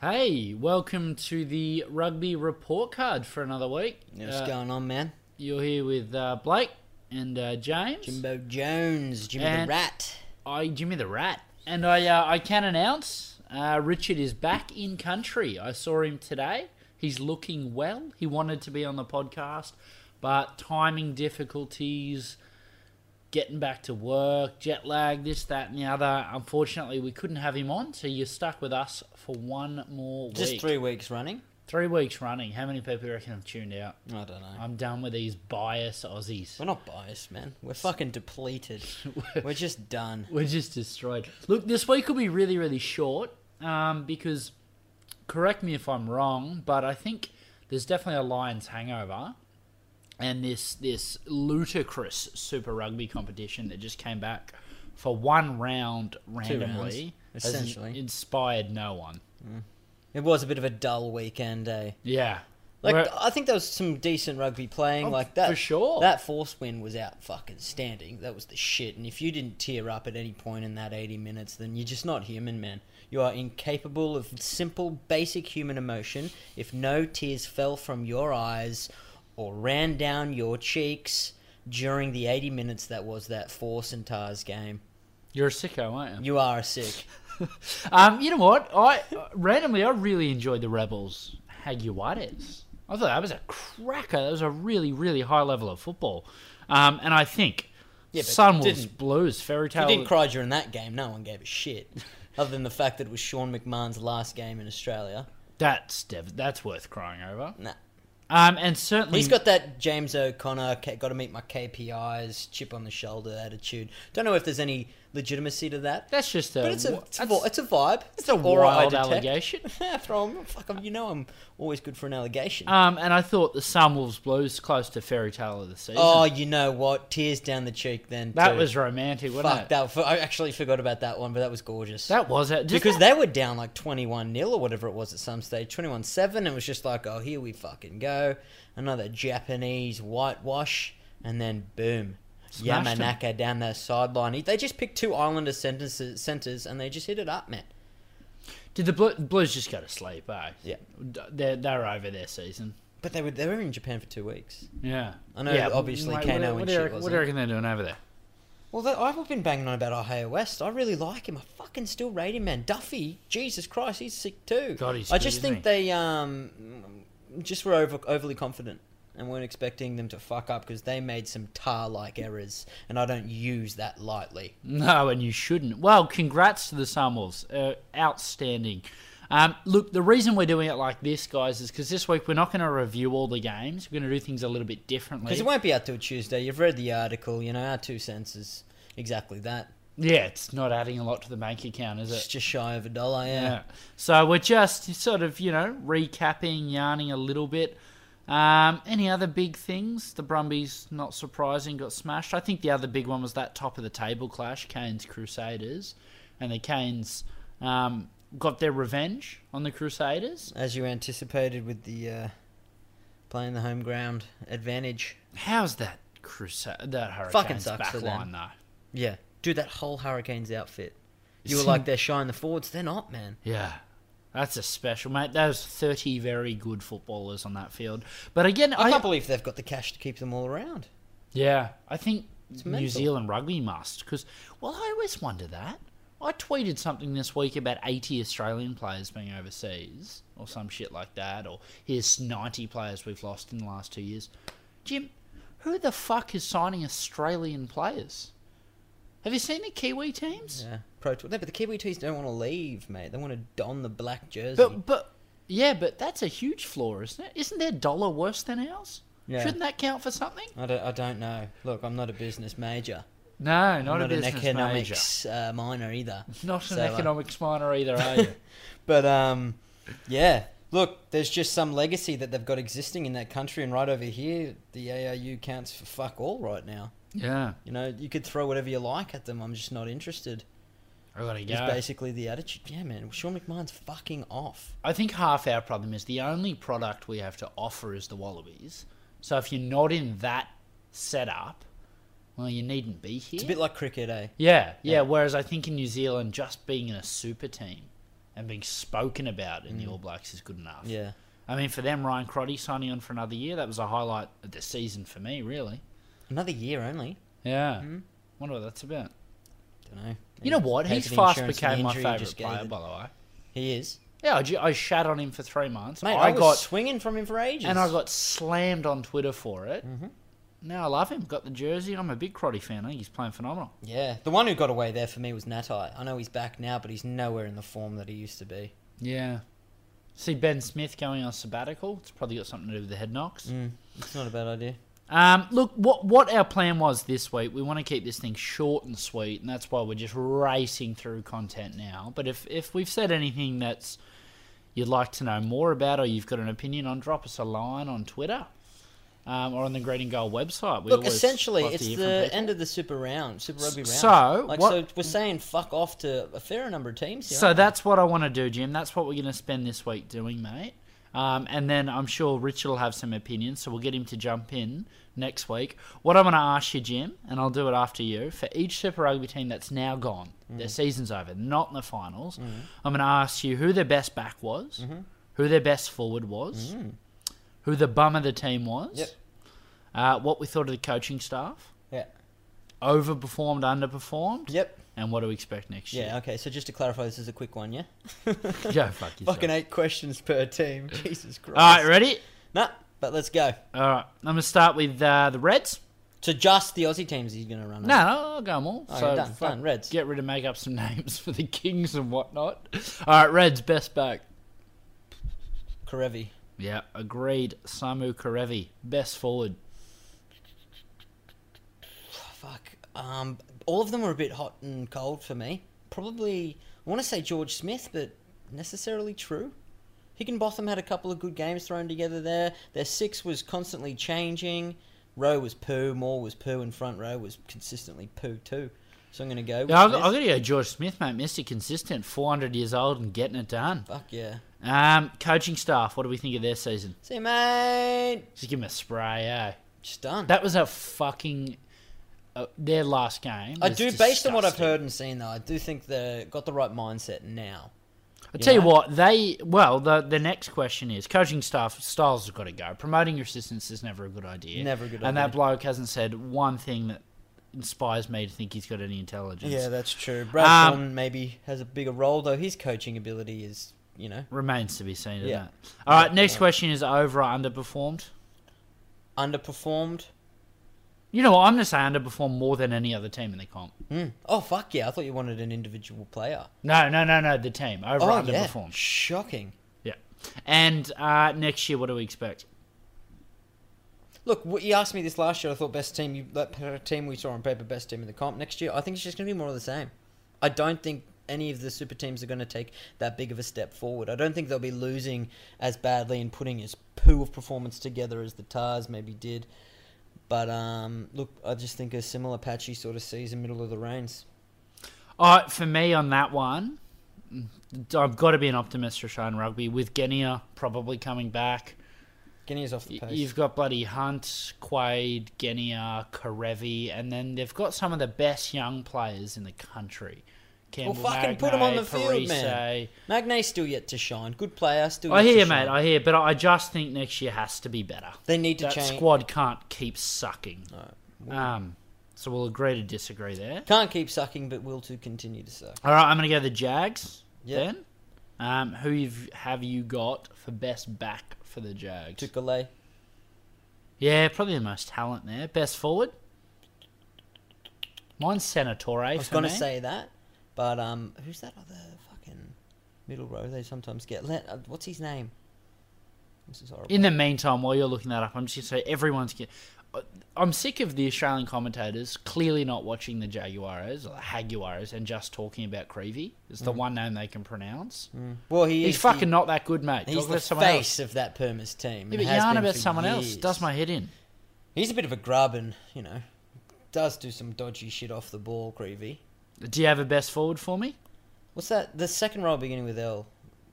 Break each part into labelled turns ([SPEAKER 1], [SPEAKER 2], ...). [SPEAKER 1] Hey, welcome to the rugby report card for another week.
[SPEAKER 2] Yeah, What's
[SPEAKER 1] Uh,
[SPEAKER 2] going on, man?
[SPEAKER 1] You're here with uh, Blake and uh, James.
[SPEAKER 2] Jimbo Jones, Jimmy
[SPEAKER 1] And-
[SPEAKER 2] the Rat.
[SPEAKER 1] I Jimmy the Rat, and I uh, I can announce uh, Richard is back in country. I saw him today. He's looking well. He wanted to be on the podcast, but timing difficulties, getting back to work, jet lag, this, that, and the other. Unfortunately, we couldn't have him on, so you're stuck with us for one more
[SPEAKER 2] Just
[SPEAKER 1] week.
[SPEAKER 2] three weeks running.
[SPEAKER 1] Three weeks running. How many people do you reckon have tuned out?
[SPEAKER 2] I don't know.
[SPEAKER 1] I'm done with these biased Aussies.
[SPEAKER 2] We're not biased, man. We're fucking depleted. We're just done.
[SPEAKER 1] We're just destroyed. Look, this week will be really, really short um, because, correct me if I'm wrong, but I think there's definitely a Lions hangover and this this ludicrous Super Rugby competition that just came back for one round randomly has
[SPEAKER 2] essentially.
[SPEAKER 1] inspired no one.
[SPEAKER 2] It was a bit of a dull weekend, eh?
[SPEAKER 1] Yeah.
[SPEAKER 2] Like uh,
[SPEAKER 1] We're-
[SPEAKER 2] I think there was some decent rugby playing.
[SPEAKER 1] Oh,
[SPEAKER 2] like that
[SPEAKER 1] for sure.
[SPEAKER 2] That force win was out fucking standing. That was the shit. And if you didn't tear up at any point in that eighty minutes, then you're just not human, man. You are incapable of simple, basic human emotion. If no tears fell from your eyes or ran down your cheeks during the eighty minutes that was that force and Tars game,
[SPEAKER 1] you're a sicko, aren't you?
[SPEAKER 2] you are sick.
[SPEAKER 1] Um, you know what? I randomly I really enjoyed the Rebels Haguares. I thought that was a cracker. That was a really really high level of football. Um, and I think
[SPEAKER 2] Yeah, but
[SPEAKER 1] Sunwolves
[SPEAKER 2] didn't-
[SPEAKER 1] Blues Fairy
[SPEAKER 2] If
[SPEAKER 1] Tale.
[SPEAKER 2] you didn't cry during that game, no one gave a shit. Other than the fact that it was Sean McMahon's last game in Australia.
[SPEAKER 1] That's dev- that's worth crying over.
[SPEAKER 2] Nah.
[SPEAKER 1] Um, and certainly
[SPEAKER 2] He's got that James O'Connor, got to meet my KPIs, chip on the shoulder attitude. Don't know if there's any legitimacy to that,
[SPEAKER 1] that's just a
[SPEAKER 2] but it's a,
[SPEAKER 1] wa-
[SPEAKER 2] it's a,
[SPEAKER 1] that's-
[SPEAKER 2] vi- it's a vibe.
[SPEAKER 1] Uh, it's a
[SPEAKER 2] Aura I
[SPEAKER 1] wild
[SPEAKER 2] detect.
[SPEAKER 1] allegation.
[SPEAKER 2] Throw him, fuck him. You know I'm always good for an allegation.
[SPEAKER 1] Um, and I thought the Sunwolves Blues close to Fairy Tale of the Season.
[SPEAKER 2] oh, you know what? Tears down the cheek. Then
[SPEAKER 1] that
[SPEAKER 2] too.
[SPEAKER 1] was romantic, wasn't
[SPEAKER 2] fuck.
[SPEAKER 1] it?
[SPEAKER 2] That f- I actually forgot about that one, but that was gorgeous.
[SPEAKER 1] That was it. Just
[SPEAKER 2] because they were down like 21 0 or whatever it was at some stage, 21 7. It was just like, oh, here we fucking go. Another Japanese whitewash. And then boom.
[SPEAKER 1] Smashed 'em.
[SPEAKER 2] Yamanaka down the sideline. He- They just picked two Islander centers, centers and they just hit it up, man.
[SPEAKER 1] Did the Blu- Blues just go to sleep? Eh?
[SPEAKER 2] Yeah.
[SPEAKER 1] D- they're they're over their season.
[SPEAKER 2] But they were, they were in Japan for two weeks.
[SPEAKER 1] Yeah,
[SPEAKER 2] I know,
[SPEAKER 1] Yeah,
[SPEAKER 2] obviously,
[SPEAKER 1] mate,
[SPEAKER 2] Kano
[SPEAKER 1] what do- what
[SPEAKER 2] and
[SPEAKER 1] do you
[SPEAKER 2] shit
[SPEAKER 1] reckon- What
[SPEAKER 2] wasn't.
[SPEAKER 1] do you reckon they're doing over there?
[SPEAKER 2] Well, they, I've been banging on about Ohio West. I really like him. I fucking still rate him, man. Duffy, Jesus Christ, he's sick too.
[SPEAKER 1] God, he's
[SPEAKER 2] I
[SPEAKER 1] good,
[SPEAKER 2] just
[SPEAKER 1] isn't
[SPEAKER 2] think they um, just were over, overly confident and weren't expecting them to fuck up because they made some tar-like errors, and I don't use that lightly.
[SPEAKER 1] No, and you shouldn't. Well, congrats to the Sunwolves. Uh, outstanding. Um, look, the reason we're doing it like this, guys, is because this week we're not going to review all the games. We're going to do things a little bit differently.
[SPEAKER 2] Because it won't be out till Tuesday. You've read the article, you know. Our two cents is exactly that.
[SPEAKER 1] yeah, it's not adding a lot to the bank account, is
[SPEAKER 2] It's
[SPEAKER 1] it?
[SPEAKER 2] just shy of a dollar. Yeah.
[SPEAKER 1] Yeah. So we're just sort of, you know, recapping, yarning a little bit. Um, any other big things? The Brumbies, not surprising, got smashed. I think the other big one was that top of the table clash, Canes Crusaders, and the Canes um, got their revenge on the Crusaders.
[SPEAKER 2] As you anticipated with the uh, playing the home ground advantage.
[SPEAKER 1] How's that Crusade? That Hurricanes
[SPEAKER 2] Fucking sucks for
[SPEAKER 1] back line
[SPEAKER 2] them.
[SPEAKER 1] though.
[SPEAKER 2] Yeah. Dude, that whole Hurricanes outfit. You were like, they're shying the forwards. They're not, man.
[SPEAKER 1] Yeah. That's a special mate. There's thirty very good footballers on that field. But again,
[SPEAKER 2] I
[SPEAKER 1] I,
[SPEAKER 2] can't believe they've got the cash to keep them all around.
[SPEAKER 1] Yeah, I think New
[SPEAKER 2] mental.
[SPEAKER 1] Zealand rugby must because well, I always wonder that. I tweeted something this week about 80 Australian players being overseas or some shit like that, or here's 90 players we've lost in the last two years. Jim, who the fuck is signing Australian players? Have you seen the Kiwi teams?
[SPEAKER 2] Yeah. Pro Tour. No, but the Kiwi Tees don't want to leave, mate. They want to don the black jersey.
[SPEAKER 1] But, but, yeah, but that's a huge flaw, isn't it? Isn't their dollar worse than ours?
[SPEAKER 2] Yeah.
[SPEAKER 1] Shouldn't that count for something?
[SPEAKER 2] I, don't, I don't know. Look, I'm not a business major.
[SPEAKER 1] No,
[SPEAKER 2] I'm
[SPEAKER 1] not, a
[SPEAKER 2] not an
[SPEAKER 1] business major.
[SPEAKER 2] economics uh, minor either.
[SPEAKER 1] Not an
[SPEAKER 2] So, uh,
[SPEAKER 1] economics minor either, are you?
[SPEAKER 2] But, um, yeah. Look, there's just some legacy that they've got existing in that country, and right over here, the ARU counts for fuck all right now.
[SPEAKER 1] yeah.
[SPEAKER 2] You know, you could throw whatever you like at them. I'm just not interested.
[SPEAKER 1] I gotta
[SPEAKER 2] Is
[SPEAKER 1] go.
[SPEAKER 2] basically the attitude. Yeah, man. Sean McMahon's fucking off.
[SPEAKER 1] I think half our problem is the only product we have to offer is the Wallabies. So if you're not in that setup, well, you needn't be here.
[SPEAKER 2] It's a bit like cricket, eh?
[SPEAKER 1] yeah, yeah, Whereas I think in New Zealand, just being in a super team and being spoken about in the All Blacks is good enough.
[SPEAKER 2] Yeah.
[SPEAKER 1] I mean, for them, Ryan Crotty signing on for another year, that was a highlight of the season for me, really.
[SPEAKER 2] Another year only.
[SPEAKER 1] Yeah. Wonder what that's about.
[SPEAKER 2] Don't know.
[SPEAKER 1] You know what? He's fast became my favourite player,
[SPEAKER 2] But
[SPEAKER 1] by the way.
[SPEAKER 2] he is.
[SPEAKER 1] Yeah, I, ju- I shat on him for three months.
[SPEAKER 2] Mate,
[SPEAKER 1] I,
[SPEAKER 2] I, was
[SPEAKER 1] got
[SPEAKER 2] swinging from him for ages.
[SPEAKER 1] and I got slammed on Twitter for it.
[SPEAKER 2] Mm-hmm.
[SPEAKER 1] Now I love him. Got the jersey. and I'm a big Crotty fan. I think he's playing phenomenal.
[SPEAKER 2] yeah. The one who got away there for me was Natai. I know he's back now, but he's nowhere in the form that he used to be.
[SPEAKER 1] Yeah. See Ben Smith going on sabbatical. It's probably got something to do with the head knocks.
[SPEAKER 2] Mm. It's not a bad idea.
[SPEAKER 1] Um, look, what what our plan was this week, we want to keep this thing short and sweet, and that's why we're just racing through content now. But if if we've said anything that's you'd like to know more about, or you've got an opinion on, drop us a line on Twitter um, or on the Green and Gold website. We
[SPEAKER 2] Look,
[SPEAKER 1] always
[SPEAKER 2] essentially,
[SPEAKER 1] love to
[SPEAKER 2] it's
[SPEAKER 1] hear
[SPEAKER 2] the
[SPEAKER 1] from people.
[SPEAKER 2] end of the Super Round, Super Rugby Round.
[SPEAKER 1] so,
[SPEAKER 2] like,
[SPEAKER 1] what-
[SPEAKER 2] so we're saying fuck off to a fair number of teams here.
[SPEAKER 1] So
[SPEAKER 2] aren't we?
[SPEAKER 1] that's what I want to do, Jim. That's what we're going to spend this week doing, mate. Um, and then I'm sure Richard will have some opinions, so we'll get him to jump in next week. What I'm going to ask you, Jim, and I'll do it after you, for each Super Rugby team that's now gone,
[SPEAKER 2] Mm.
[SPEAKER 1] their season's over, not in the finals, I'm going to ask you who their best back was,
[SPEAKER 2] Mm-hmm.
[SPEAKER 1] who their best forward was, who the bum of the team was,
[SPEAKER 2] Mm. Yep.
[SPEAKER 1] uh, what we thought of the coaching staff,
[SPEAKER 2] yeah.
[SPEAKER 1] overperformed, underperformed,
[SPEAKER 2] Yep.
[SPEAKER 1] and what do we expect next
[SPEAKER 2] Yeah.
[SPEAKER 1] year.
[SPEAKER 2] Okay. So just to clarify, this is a quick one. Yeah.
[SPEAKER 1] Go fuck yourself.
[SPEAKER 2] Fucking eight questions per team. Jesus Christ.
[SPEAKER 1] All right, ready?
[SPEAKER 2] Nah, but let's go.
[SPEAKER 1] All right, I'm gonna start with uh, the Reds.
[SPEAKER 2] So just the Aussie teams he's going to run.
[SPEAKER 1] No, no, I'll go them all.
[SPEAKER 2] Oh,
[SPEAKER 1] so
[SPEAKER 2] yeah, done,
[SPEAKER 1] fuck,
[SPEAKER 2] done, Reds.
[SPEAKER 1] Get rid of make up some names for the Kings and whatnot. All right, Reds best back.
[SPEAKER 2] Karevi.
[SPEAKER 1] Yeah, agreed. Samu Karevi best forward.
[SPEAKER 2] Fuck. Um, all of them were a bit hot and cold for me. Probably, I want to say George Smith, but necessarily true. Higginbotham had a couple of good games thrown together there. Their six was constantly changing. Rowe was poo. Moore was poo, and front row was consistently poo too. So I'm going to go. With
[SPEAKER 1] Yeah, I've,
[SPEAKER 2] Smith.
[SPEAKER 1] I've got to go George Smith, mate. Mr. Consistent, 400 years old and getting it done.
[SPEAKER 2] Fuck yeah.
[SPEAKER 1] Um, coaching staff, what do we think of their season?
[SPEAKER 2] See, mate.
[SPEAKER 1] Just give them a spray, eh?
[SPEAKER 2] Just done.
[SPEAKER 1] That was a fucking. Uh, their last game.
[SPEAKER 2] I
[SPEAKER 1] was
[SPEAKER 2] do, based on what I've
[SPEAKER 1] disgusting.
[SPEAKER 2] heard and seen, though, I do think they got the right mindset now.
[SPEAKER 1] I
[SPEAKER 2] You
[SPEAKER 1] tell you
[SPEAKER 2] know?
[SPEAKER 1] what, they well, the the next question is coaching staff styles have got to go. Promoting your assistants is never a good idea.
[SPEAKER 2] Never a good
[SPEAKER 1] And that
[SPEAKER 2] idea.
[SPEAKER 1] bloke hasn't said one thing that inspires me to think he's got any intelligence.
[SPEAKER 2] Yeah, that's true. Brad
[SPEAKER 1] Um,
[SPEAKER 2] Thornton maybe has a bigger role, though. His coaching ability is, you know,
[SPEAKER 1] Remains to be seen. doesn't
[SPEAKER 2] Yeah.
[SPEAKER 1] it? All right.
[SPEAKER 2] Yeah,
[SPEAKER 1] Next
[SPEAKER 2] yeah.
[SPEAKER 1] question is over or underperformed.
[SPEAKER 2] underperformed.
[SPEAKER 1] You know what? I'm gonna say underperformed more than any other team in the comp.
[SPEAKER 2] Mm. Oh, fuck yeah. I thought you wanted an individual player.
[SPEAKER 1] No, no, no, no. The team over
[SPEAKER 2] Oh,
[SPEAKER 1] or
[SPEAKER 2] yeah.
[SPEAKER 1] underperformed.
[SPEAKER 2] Shocking.
[SPEAKER 1] Yeah. And uh, next year, what do we expect?
[SPEAKER 2] Look, what, you asked me this last year. I thought best team, you, that p- team we saw on paper, best team in the comp. Next year, I think it's just going to be more of the same. I don't think any of the super teams are going to take that big of a step forward. I don't think they'll be losing as badly and putting as poo of performance together as the Tars maybe did. But um, look, I just think a similar patchy sort of season, middle of the reins.
[SPEAKER 1] All right, for me on that one, mm, I've got to be an optimist for Shine Rugby with Genia probably coming back.
[SPEAKER 2] Guinea's off the
[SPEAKER 1] Y-
[SPEAKER 2] pace.
[SPEAKER 1] You've got bloody Hunt, Quaid, Genia, Karevi, and then they've got some of the best young players in the country. Campbell
[SPEAKER 2] fucking put 'em on
[SPEAKER 1] Magnay,
[SPEAKER 2] the field,
[SPEAKER 1] Parise.
[SPEAKER 2] man. Magnay's still yet to shine. Good player, still.
[SPEAKER 1] I
[SPEAKER 2] yet
[SPEAKER 1] hear,
[SPEAKER 2] to
[SPEAKER 1] mate.
[SPEAKER 2] shine.
[SPEAKER 1] I hear, but I just think next year has to be better.
[SPEAKER 2] They need to
[SPEAKER 1] That
[SPEAKER 2] change.
[SPEAKER 1] squad can't keep sucking.
[SPEAKER 2] No.
[SPEAKER 1] Um, so we'll agree to disagree there.
[SPEAKER 2] Can't keep sucking, but will to continue to suck.
[SPEAKER 1] All right, I'm going to go the Jags
[SPEAKER 2] Yeah.
[SPEAKER 1] then. Um, who you've, have you got for best back for the Jags?
[SPEAKER 2] Tukulay.
[SPEAKER 1] Yeah, probably the most talent there. Best forward? Mine's Senatore.
[SPEAKER 2] I was
[SPEAKER 1] going
[SPEAKER 2] gonna
[SPEAKER 1] to
[SPEAKER 2] say that, but um, who's that other fucking middle row they sometimes get? Let, uh, what's his name? This is horrible.
[SPEAKER 1] In the meantime, while you're looking that up, I'm just going to say everyone's. Get, I'm sick of the Australian commentators clearly not watching the Jaguaros or the Haguaros and just talking about Creevy. It's the one name they can pronounce.
[SPEAKER 2] well, Mm. he
[SPEAKER 1] He's
[SPEAKER 2] is
[SPEAKER 1] fucking
[SPEAKER 2] The,
[SPEAKER 1] not that good, mate.
[SPEAKER 2] he's
[SPEAKER 1] Talk
[SPEAKER 2] the
[SPEAKER 1] about someone else.
[SPEAKER 2] face of that Permas team.
[SPEAKER 1] Yeah,
[SPEAKER 2] and
[SPEAKER 1] but
[SPEAKER 2] has
[SPEAKER 1] yarn
[SPEAKER 2] been
[SPEAKER 1] about
[SPEAKER 2] for
[SPEAKER 1] someone else
[SPEAKER 2] years.
[SPEAKER 1] does my head in.
[SPEAKER 2] He's a bit of a grub, and you know, does do some dodgy shit off the ball. Creevy.
[SPEAKER 1] Do you have a best forward for me?
[SPEAKER 2] What's that? The second row beginning with L.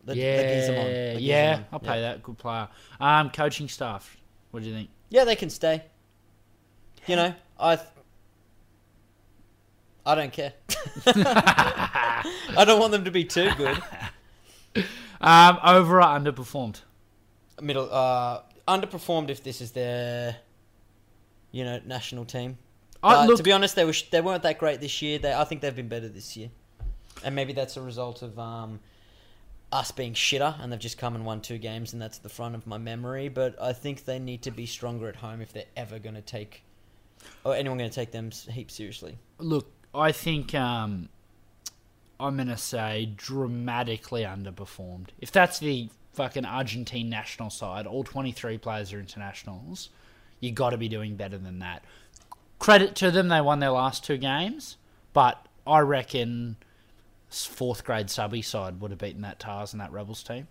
[SPEAKER 2] The, the
[SPEAKER 1] yeah,
[SPEAKER 2] Gizamon. The
[SPEAKER 1] yeah,
[SPEAKER 2] Gizamon.
[SPEAKER 1] I'll pay that. Good player. Um, coaching staff. What do you think?
[SPEAKER 2] Yeah, they can stay. You know, I. Th- I don't care. I don't want them to be too good.
[SPEAKER 1] Um, over or underperformed?
[SPEAKER 2] Middle uh, underperformed if this is their, you know, national team.
[SPEAKER 1] I
[SPEAKER 2] But
[SPEAKER 1] look,
[SPEAKER 2] Uh, to be honest, they were sh- they weren't that great this year. They I think they've been better this year, and maybe that's a result of um, us being shitter, and they've just come and won two games, and that's the front of my memory. But I think they need to be stronger at home if they're ever going to take, or anyone going to take them s- heap seriously.
[SPEAKER 1] look, I think um, I'm gonna say dramatically underperformed. If that's the fucking Argentine national side, all 23 players are internationals. You got to be doing better than that. Credit to them, they won their last two games, but I reckon s- fourth grade subby side would have beaten that Tars and that Rebels team.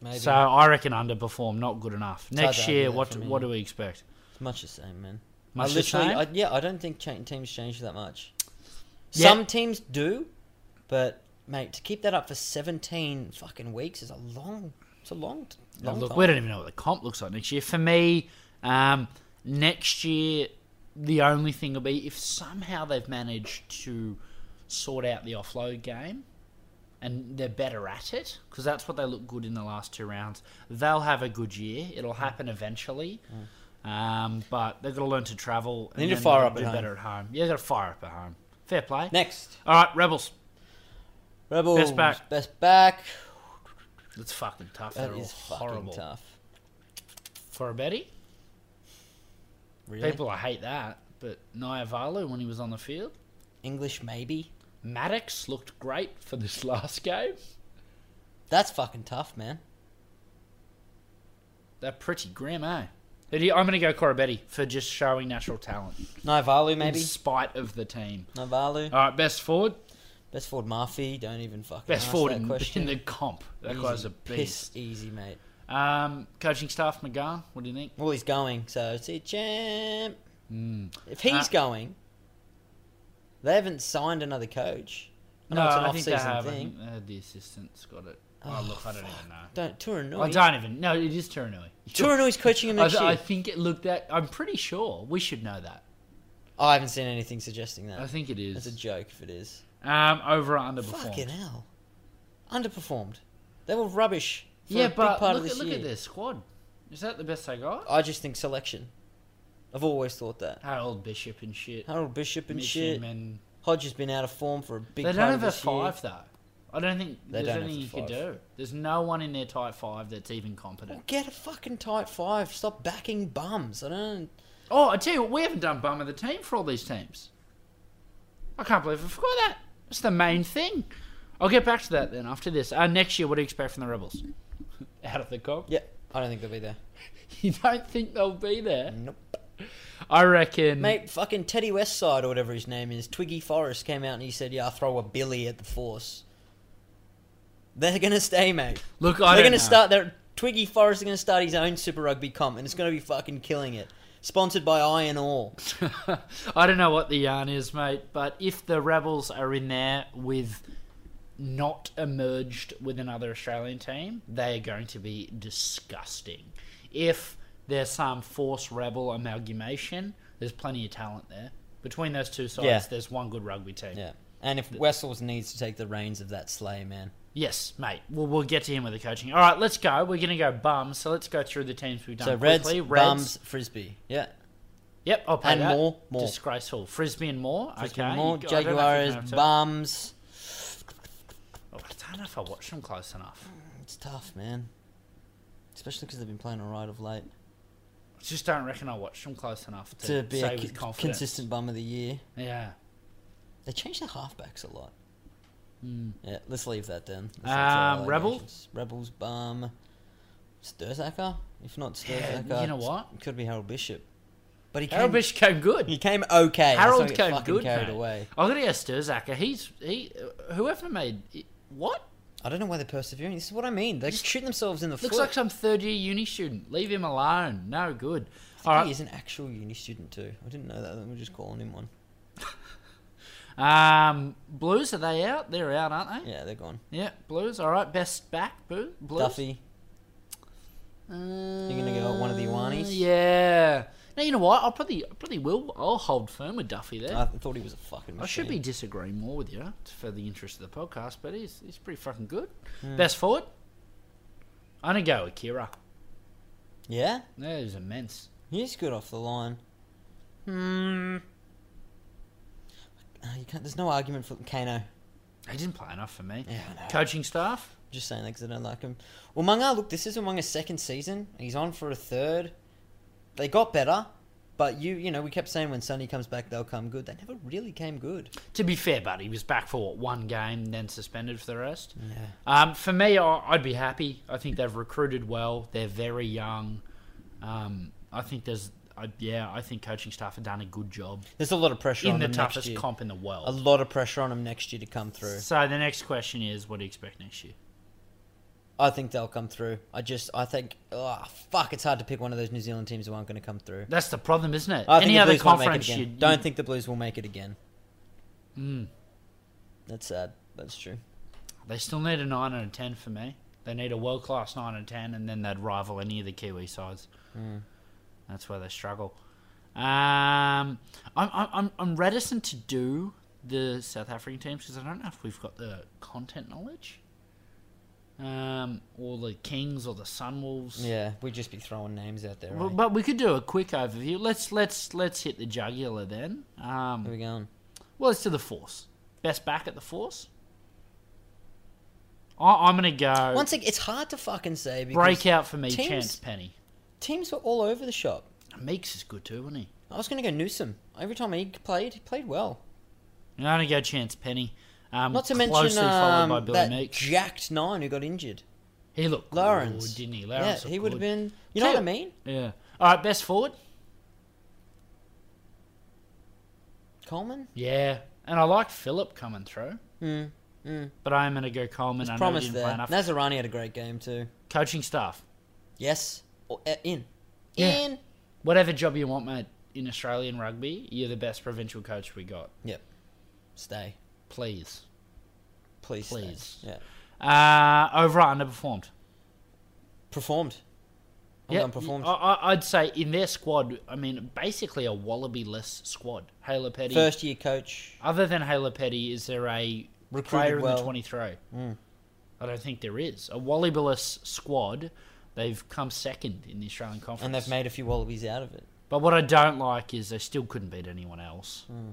[SPEAKER 2] Maybe
[SPEAKER 1] So I reckon underperformed, not good enough. Next
[SPEAKER 2] I'd
[SPEAKER 1] year,
[SPEAKER 2] argue that
[SPEAKER 1] what
[SPEAKER 2] for me.
[SPEAKER 1] what do we expect?
[SPEAKER 2] it's much the same, man.
[SPEAKER 1] Much
[SPEAKER 2] I
[SPEAKER 1] the
[SPEAKER 2] literally,
[SPEAKER 1] same?
[SPEAKER 2] I, yeah, I don't think cha- teams change that much.
[SPEAKER 1] Yeah.
[SPEAKER 2] Some teams do, but mate, to keep that up for seventeen fucking weeks is a long. It's a long, t-
[SPEAKER 1] Now,
[SPEAKER 2] long
[SPEAKER 1] look,
[SPEAKER 2] time.
[SPEAKER 1] we don't even know what the comp looks like next year. For me, um, next year, the only thing will be if somehow they've managed to sort out the offload game and they're better at it, because that's what they look good in the last two rounds, they'll have a good year. It'll
[SPEAKER 2] Mm.
[SPEAKER 1] happen eventually. Um, but they've got to learn to travel.
[SPEAKER 2] They need to
[SPEAKER 1] then
[SPEAKER 2] fire
[SPEAKER 1] they'll
[SPEAKER 2] up at
[SPEAKER 1] do
[SPEAKER 2] home.
[SPEAKER 1] better at home. Yeah, they've got to fire up at home. Fair play.
[SPEAKER 2] Next,
[SPEAKER 1] All right, Rebels.
[SPEAKER 2] Rebels.
[SPEAKER 1] back.
[SPEAKER 2] Best back.
[SPEAKER 1] That's fucking tough.
[SPEAKER 2] That
[SPEAKER 1] they're
[SPEAKER 2] is
[SPEAKER 1] all
[SPEAKER 2] fucking
[SPEAKER 1] horrible.
[SPEAKER 2] tough.
[SPEAKER 1] For a Betty?
[SPEAKER 2] Really?
[SPEAKER 1] People, I hate that. But Nyavalu, when he was on the field,
[SPEAKER 2] English, maybe.
[SPEAKER 1] Maddox looked great for this last game.
[SPEAKER 2] That's fucking tough, man.
[SPEAKER 1] They're pretty grim, eh? Who do you- I'm going to go Corabetti for just showing natural talent.
[SPEAKER 2] Naivalu,
[SPEAKER 1] In
[SPEAKER 2] maybe.
[SPEAKER 1] spite of the team.
[SPEAKER 2] Naivalu.
[SPEAKER 1] All right, best forward.
[SPEAKER 2] Best forward, Murphy. Don't even fucking
[SPEAKER 1] Best
[SPEAKER 2] ask
[SPEAKER 1] forward
[SPEAKER 2] that
[SPEAKER 1] in,
[SPEAKER 2] question.
[SPEAKER 1] in the comp. That
[SPEAKER 2] Easy.
[SPEAKER 1] guy's a
[SPEAKER 2] Piss
[SPEAKER 1] beast.
[SPEAKER 2] easy, mate.
[SPEAKER 1] Um, coaching staff, McGann, what do you think?
[SPEAKER 2] Well, he's going, so it's a champ.
[SPEAKER 1] Mm.
[SPEAKER 2] If he's
[SPEAKER 1] Ah.
[SPEAKER 2] going, they haven't signed another coach. I know
[SPEAKER 1] No,
[SPEAKER 2] it's an
[SPEAKER 1] I think they
[SPEAKER 2] off-season
[SPEAKER 1] have. I
[SPEAKER 2] thing.
[SPEAKER 1] think, uh, the assistant's got it. Oh,
[SPEAKER 2] Oh,
[SPEAKER 1] look, I don't even know.
[SPEAKER 2] Don't
[SPEAKER 1] I
[SPEAKER 2] Turinui.
[SPEAKER 1] don't even. No, it is Turinui.
[SPEAKER 2] Turunui's coaching him
[SPEAKER 1] I,
[SPEAKER 2] next
[SPEAKER 1] th-
[SPEAKER 2] year.
[SPEAKER 1] I think it looked that. I'm pretty sure we should know that.
[SPEAKER 2] I haven't seen anything suggesting
[SPEAKER 1] I
[SPEAKER 2] that.
[SPEAKER 1] think it
[SPEAKER 2] That's a
[SPEAKER 1] is.
[SPEAKER 2] joke if it is.
[SPEAKER 1] Um, over or underperformed?
[SPEAKER 2] Fucking hell. Underperformed. They were rubbish. For
[SPEAKER 1] yeah,
[SPEAKER 2] a big
[SPEAKER 1] but
[SPEAKER 2] part
[SPEAKER 1] look,
[SPEAKER 2] of this
[SPEAKER 1] look
[SPEAKER 2] year.
[SPEAKER 1] at their squad. Is that the best they got?
[SPEAKER 2] I just think selection. I've always thought that.
[SPEAKER 1] Harold Bishop and shit.
[SPEAKER 2] Harold Bishop and
[SPEAKER 1] Mitchum
[SPEAKER 2] shit.
[SPEAKER 1] and-
[SPEAKER 2] Hodge has been out of form for a
[SPEAKER 1] They
[SPEAKER 2] big
[SPEAKER 1] don't
[SPEAKER 2] part of
[SPEAKER 1] have a
[SPEAKER 2] this year.
[SPEAKER 1] five though. I don't think
[SPEAKER 2] They
[SPEAKER 1] there's
[SPEAKER 2] don't have
[SPEAKER 1] anything
[SPEAKER 2] a
[SPEAKER 1] you could
[SPEAKER 2] five.
[SPEAKER 1] do. There's no one in their tight five that's even competent.
[SPEAKER 2] Well, get a fucking tight five. Stop backing bums. I don't.
[SPEAKER 1] Oh, I tell you what, we haven't done bum of the team for all these teams. I can't believe I forgot that. It's the main thing. I'll get back to that then after this. Uh, next year, what do you expect from the Rebels? Out of the comp?
[SPEAKER 2] Yeah, I don't think they'll be there.
[SPEAKER 1] You don't think they'll be there?
[SPEAKER 2] Nope.
[SPEAKER 1] I reckon.
[SPEAKER 2] Mate, fucking Teddy Westside or whatever his name is, Twiggy Forrest came out and he said, "Yeah, I throw a billy at the force." They're gonna stay, mate.
[SPEAKER 1] look, I
[SPEAKER 2] They're
[SPEAKER 1] don't
[SPEAKER 2] gonna
[SPEAKER 1] know.
[SPEAKER 2] start. Their, Twiggy Forrest is gonna start his own Super Rugby comp, and it's gonna be fucking killing it. Sponsored by Iron Ore.
[SPEAKER 1] I don't know what the yarn is, mate, but if the Rebels are in there with not emerged with another Australian team, they are going to be disgusting. If there's some Force Rebel amalgamation, there's plenty of talent there. Between those two sides,
[SPEAKER 2] Yeah.
[SPEAKER 1] there's one good rugby team.
[SPEAKER 2] Yeah. And if Wessels needs to take the reins of that sleigh, man.
[SPEAKER 1] Yes, mate. We'll, we'll get to him with the coaching. All right, let's go. We're going to go bums, so let's go through the teams we've done
[SPEAKER 2] So Reds,
[SPEAKER 1] quickly.
[SPEAKER 2] Bums, Frisbee. Yeah.
[SPEAKER 1] Yep, I'll pay
[SPEAKER 2] and
[SPEAKER 1] that.
[SPEAKER 2] more, more.
[SPEAKER 1] Disgraceful. Frisbee and more.
[SPEAKER 2] Frisbee
[SPEAKER 1] okay.
[SPEAKER 2] More,
[SPEAKER 1] You- I don't know if you can
[SPEAKER 2] Jaguars,
[SPEAKER 1] have to-
[SPEAKER 2] Bums.
[SPEAKER 1] Oh, I don't know if I watched them close enough.
[SPEAKER 2] It's tough, man. Especially because they've been playing alright of late.
[SPEAKER 1] I just don't reckon I watched them close enough to,
[SPEAKER 2] To be
[SPEAKER 1] say
[SPEAKER 2] a
[SPEAKER 1] with
[SPEAKER 2] con-
[SPEAKER 1] confidence.
[SPEAKER 2] consistent bum of the year.
[SPEAKER 1] yeah.
[SPEAKER 2] They changed their halfbacks a lot.
[SPEAKER 1] Mm.
[SPEAKER 2] Yeah, let's leave that then. Let's
[SPEAKER 1] Um,
[SPEAKER 2] leave Trial
[SPEAKER 1] Rebel?
[SPEAKER 2] allegations. Rebels, bum. Sturzaker? If not
[SPEAKER 1] Yeah,
[SPEAKER 2] Sturzaker.
[SPEAKER 1] you know what?
[SPEAKER 2] It could be Harold Bishop. But he
[SPEAKER 1] Harold
[SPEAKER 2] came,
[SPEAKER 1] Bishop came good.
[SPEAKER 2] he came okay. Let's
[SPEAKER 1] Harold
[SPEAKER 2] not get
[SPEAKER 1] came
[SPEAKER 2] fucking
[SPEAKER 1] good,
[SPEAKER 2] carried
[SPEAKER 1] mate.
[SPEAKER 2] away.
[SPEAKER 1] I'm gonna go Sturzaker. He's he. Whoever made it, what
[SPEAKER 2] I don't know why they're persevering. This is what I mean. They're shooting themselves in the
[SPEAKER 1] looks
[SPEAKER 2] foot.
[SPEAKER 1] like some third year uni student. Leave him alone. No good.
[SPEAKER 2] I think
[SPEAKER 1] All
[SPEAKER 2] He
[SPEAKER 1] right.
[SPEAKER 2] is an actual uni student too. I didn't know that. They were just calling him one.
[SPEAKER 1] Um, Blues are they out? They're out, aren't they?
[SPEAKER 2] Yeah, they're gone.
[SPEAKER 1] Yeah. Blues. All right. Best back. Boo. Blues.
[SPEAKER 2] Duffy.
[SPEAKER 1] You're
[SPEAKER 2] gonna go one of the Iwanis?
[SPEAKER 1] Uh, Yeah. Now you know what? I'll probably, I probably will. I'll hold firm with Duffy there.
[SPEAKER 2] I thought he was a fucking. Machine.
[SPEAKER 1] I should be disagreeing more with you for the interest of the podcast, but he's he's pretty fucking good.
[SPEAKER 2] Hmm.
[SPEAKER 1] Best forward. I'm gonna go Akira.
[SPEAKER 2] Yeah,
[SPEAKER 1] That is immense.
[SPEAKER 2] he's good off the line. Hmm. Uh, you can't, there's no argument for Kano.
[SPEAKER 1] He didn't play enough for me.
[SPEAKER 2] Yeah, I know.
[SPEAKER 1] Coaching staff.
[SPEAKER 2] Just saying that because I don't like him. Well, Munga, look, this is Munga's second season. He's on for a third. They got better, but you, you know, we kept saying when Sonny comes back, they'll come good. They never really came good.
[SPEAKER 1] To be fair, but he was back for what, one game, then suspended for the rest.
[SPEAKER 2] Yeah.
[SPEAKER 1] Um, for me, I- I'd be happy. I think they've recruited well. They're very young. Um, I think there's, I, yeah, I think coaching staff have done a good job
[SPEAKER 2] There's a lot of pressure
[SPEAKER 1] in
[SPEAKER 2] on
[SPEAKER 1] the
[SPEAKER 2] them next
[SPEAKER 1] toughest
[SPEAKER 2] year.
[SPEAKER 1] comp in the
[SPEAKER 2] a
[SPEAKER 1] world.
[SPEAKER 2] lot of pressure on them next year to come through.
[SPEAKER 1] So the next question is, what do you expect next year?
[SPEAKER 2] I think they'll come through. I just, I think, oh fuck, it's hard to pick one of those New Zealand teams who aren't going to come through.
[SPEAKER 1] That's the problem, isn't it?
[SPEAKER 2] I think
[SPEAKER 1] Any
[SPEAKER 2] the
[SPEAKER 1] other
[SPEAKER 2] Blues won't make it
[SPEAKER 1] conference,
[SPEAKER 2] again.
[SPEAKER 1] you
[SPEAKER 2] don't think the Blues will make it again.
[SPEAKER 1] Mm.
[SPEAKER 2] That's sad. That's true.
[SPEAKER 1] They still need a nine and a ten for me. They need a world class nine and ten, and then they'd rival any of the Kiwi sides.
[SPEAKER 2] Hmm.
[SPEAKER 1] That's where they struggle. Um, I'm, I'm I'm I'm reticent to do the South African teams because I don't know if we've got the content knowledge. Um, or the Kings or the Sunwolves.
[SPEAKER 2] Yeah, we'd just be throwing names out there.
[SPEAKER 1] But,
[SPEAKER 2] Right?
[SPEAKER 1] but we could do a quick overview. Let's let's let's hit the jugular then.
[SPEAKER 2] Where
[SPEAKER 1] Um,
[SPEAKER 2] we going?
[SPEAKER 1] well, it's to the Force. Best back at the Force. I, I'm gonna go.
[SPEAKER 2] Once again, it's hard to fucking say because
[SPEAKER 1] Breakout for me,
[SPEAKER 2] teams-
[SPEAKER 1] Chance Penny.
[SPEAKER 2] teams were all over the shop.
[SPEAKER 1] Meeks is good too, isn't he?
[SPEAKER 2] I was going to go Newsom. Every time he played, he played well.
[SPEAKER 1] I'm gonna go Chance Penny. Um,
[SPEAKER 2] Not to
[SPEAKER 1] closely
[SPEAKER 2] mention
[SPEAKER 1] followed by
[SPEAKER 2] um,
[SPEAKER 1] Billy
[SPEAKER 2] that
[SPEAKER 1] Meeks.
[SPEAKER 2] jacked nine who got injured.
[SPEAKER 1] he looked
[SPEAKER 2] Lawrence.
[SPEAKER 1] good, didn't he?
[SPEAKER 2] Yeah,
[SPEAKER 1] Lawrence
[SPEAKER 2] he would have
[SPEAKER 1] been.
[SPEAKER 2] been. You know what I
[SPEAKER 1] Two.
[SPEAKER 2] mean?
[SPEAKER 1] Yeah. All right, best forward.
[SPEAKER 2] Coleman.
[SPEAKER 1] Yeah, and I like Philip coming through,
[SPEAKER 2] Mm, mm.
[SPEAKER 1] but I'm gonna go Coleman. I know he
[SPEAKER 2] Promise
[SPEAKER 1] didn't
[SPEAKER 2] there.
[SPEAKER 1] play enough.
[SPEAKER 2] Nazarani had a great game too.
[SPEAKER 1] Coaching staff,
[SPEAKER 2] Yes. Or, uh, in.
[SPEAKER 1] Yeah.
[SPEAKER 2] In.
[SPEAKER 1] whatever job you want, mate. In Australian rugby, you're the best provincial coach we got.
[SPEAKER 2] Yep. Stay.
[SPEAKER 1] Please.
[SPEAKER 2] Please. stay.
[SPEAKER 1] Please.
[SPEAKER 2] Yeah.
[SPEAKER 1] Uh, over or underperformed?
[SPEAKER 2] Performed. I'm going performed.
[SPEAKER 1] I, I- I'd say in their squad, I mean, basically a wallaby-less squad. Halo Petty,
[SPEAKER 2] First year coach.
[SPEAKER 1] Other than Halo Petty, is there a
[SPEAKER 2] Recruited
[SPEAKER 1] player in
[SPEAKER 2] well. Mm.
[SPEAKER 1] the 23? I don't think there is. A Wallabiless squad, they've come second in the Australian Conference.
[SPEAKER 2] And they've made a few wallabies out of it.
[SPEAKER 1] but what I don't like is they still couldn't beat anyone else.
[SPEAKER 2] Mm.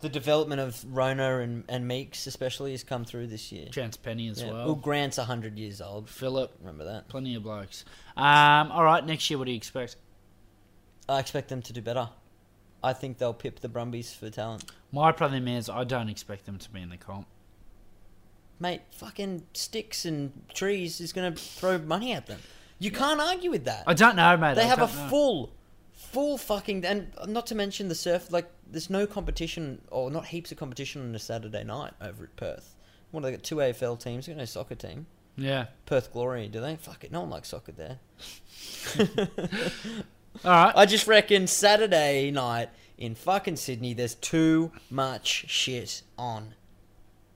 [SPEAKER 2] The development of Rona and, and Meeks especially has come through this year.
[SPEAKER 1] Chance Penny as
[SPEAKER 2] Yeah.
[SPEAKER 1] well.
[SPEAKER 2] Well, Grant's 100 years old.
[SPEAKER 1] Philip,
[SPEAKER 2] Remember that.
[SPEAKER 1] plenty of blokes. Um, all right, next year, what do you expect?
[SPEAKER 2] I expect them to do better. I think they'll pip the Brumbies for talent.
[SPEAKER 1] My problem is I don't expect them to be in the comp.
[SPEAKER 2] Mate, fucking sticks and trees is going to throw money at them. You can't argue with that.
[SPEAKER 1] I don't know, mate.
[SPEAKER 2] they
[SPEAKER 1] I
[SPEAKER 2] have a
[SPEAKER 1] don't know.
[SPEAKER 2] full, full fucking. And not to mention the surf, like, there's no competition, or not heaps of competition on a Saturday night over at Perth. What, they got two AFL teams, they got no soccer team.
[SPEAKER 1] Yeah.
[SPEAKER 2] Perth Glory, do they? Fuck it, no one likes soccer there.
[SPEAKER 1] All right.
[SPEAKER 2] I just reckon Saturday night in fucking Sydney, there's too much shit on.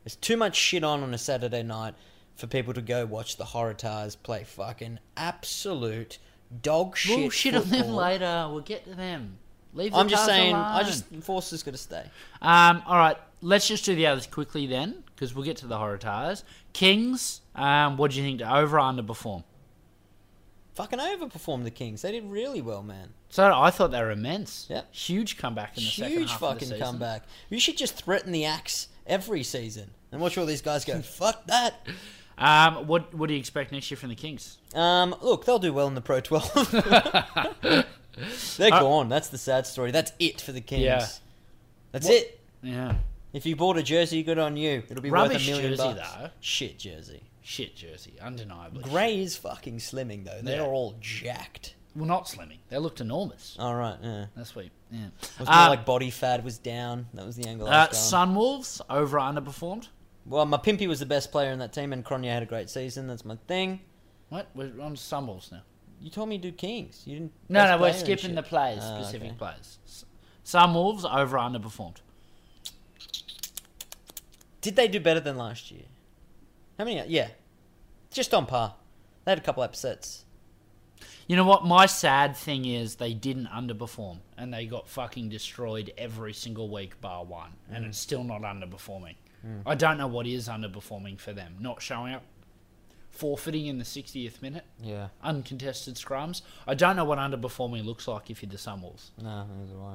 [SPEAKER 2] There's too much shit on on a Saturday night for people to go watch the Horritars play fucking absolute dog shit.
[SPEAKER 1] We'll shit on them
[SPEAKER 2] football.
[SPEAKER 1] later. We'll get to them. Leave the
[SPEAKER 2] I'm just
[SPEAKER 1] cars
[SPEAKER 2] saying, I
[SPEAKER 1] alone.
[SPEAKER 2] just Forster's got to stay.
[SPEAKER 1] Um, all right, let's just do the others quickly then, because we'll get to the horror tires. Kings, um, what do you think? To over or underperform?
[SPEAKER 2] Fucking overperformed the Kings. They did really well, man.
[SPEAKER 1] So I thought they were immense.
[SPEAKER 2] Yep.
[SPEAKER 1] Huge comeback in the second
[SPEAKER 2] Huge
[SPEAKER 1] half of the
[SPEAKER 2] fucking
[SPEAKER 1] season.
[SPEAKER 2] comeback. You should just threaten the axe every season and watch all these guys go. Fuck that.
[SPEAKER 1] Um, what what do you expect next year from the Kings?
[SPEAKER 2] Um, look, they'll do well in the Pro 12. They're gone. That's the sad story. That's it for the
[SPEAKER 1] Uh,
[SPEAKER 2] Kings.
[SPEAKER 1] Yeah.
[SPEAKER 2] That's it.
[SPEAKER 1] Yeah,
[SPEAKER 2] If you bought a jersey, good on you. It'll be
[SPEAKER 1] Rubbish
[SPEAKER 2] worth a million
[SPEAKER 1] jersey,
[SPEAKER 2] bucks.
[SPEAKER 1] though.
[SPEAKER 2] Shit jersey.
[SPEAKER 1] shit jersey, undeniably.
[SPEAKER 2] Gray is fucking slimming though. They're
[SPEAKER 1] Yeah.
[SPEAKER 2] all jacked.
[SPEAKER 1] Well, not slimming. They looked enormous.
[SPEAKER 2] All right. Yeah. It
[SPEAKER 1] That's what. Yeah.
[SPEAKER 2] was more
[SPEAKER 1] Uh,
[SPEAKER 2] like body fat was down. That was the angle. I
[SPEAKER 1] uh,
[SPEAKER 2] was going.
[SPEAKER 1] Sunwolves over or underperformed?
[SPEAKER 2] well, my Pimpy was the best player in that team, and Cronje had a great season. That's my thing.
[SPEAKER 1] What? We're on Sunwolves now.
[SPEAKER 2] You told me to do Kings. You didn't.
[SPEAKER 1] No,
[SPEAKER 2] best
[SPEAKER 1] no, we're
[SPEAKER 2] player and
[SPEAKER 1] skipping
[SPEAKER 2] shit.
[SPEAKER 1] the players,
[SPEAKER 2] Ah,
[SPEAKER 1] specific
[SPEAKER 2] okay.
[SPEAKER 1] players. S- Sunwolves over or underperformed?
[SPEAKER 2] Did they do better than last year? How many? Yeah, just on par. They had a couple upsets.
[SPEAKER 1] You know what? My sad thing is they didn't underperform and they got fucking destroyed every single week, bar one. And it's still not underperforming.
[SPEAKER 2] Hmm.
[SPEAKER 1] I don't know what is underperforming for them. Not showing up, forfeiting in the 60th minute,
[SPEAKER 2] Yeah.
[SPEAKER 1] uncontested scrums. I don't know what underperforming looks like if you're the Sunwolves
[SPEAKER 2] No, neither do I.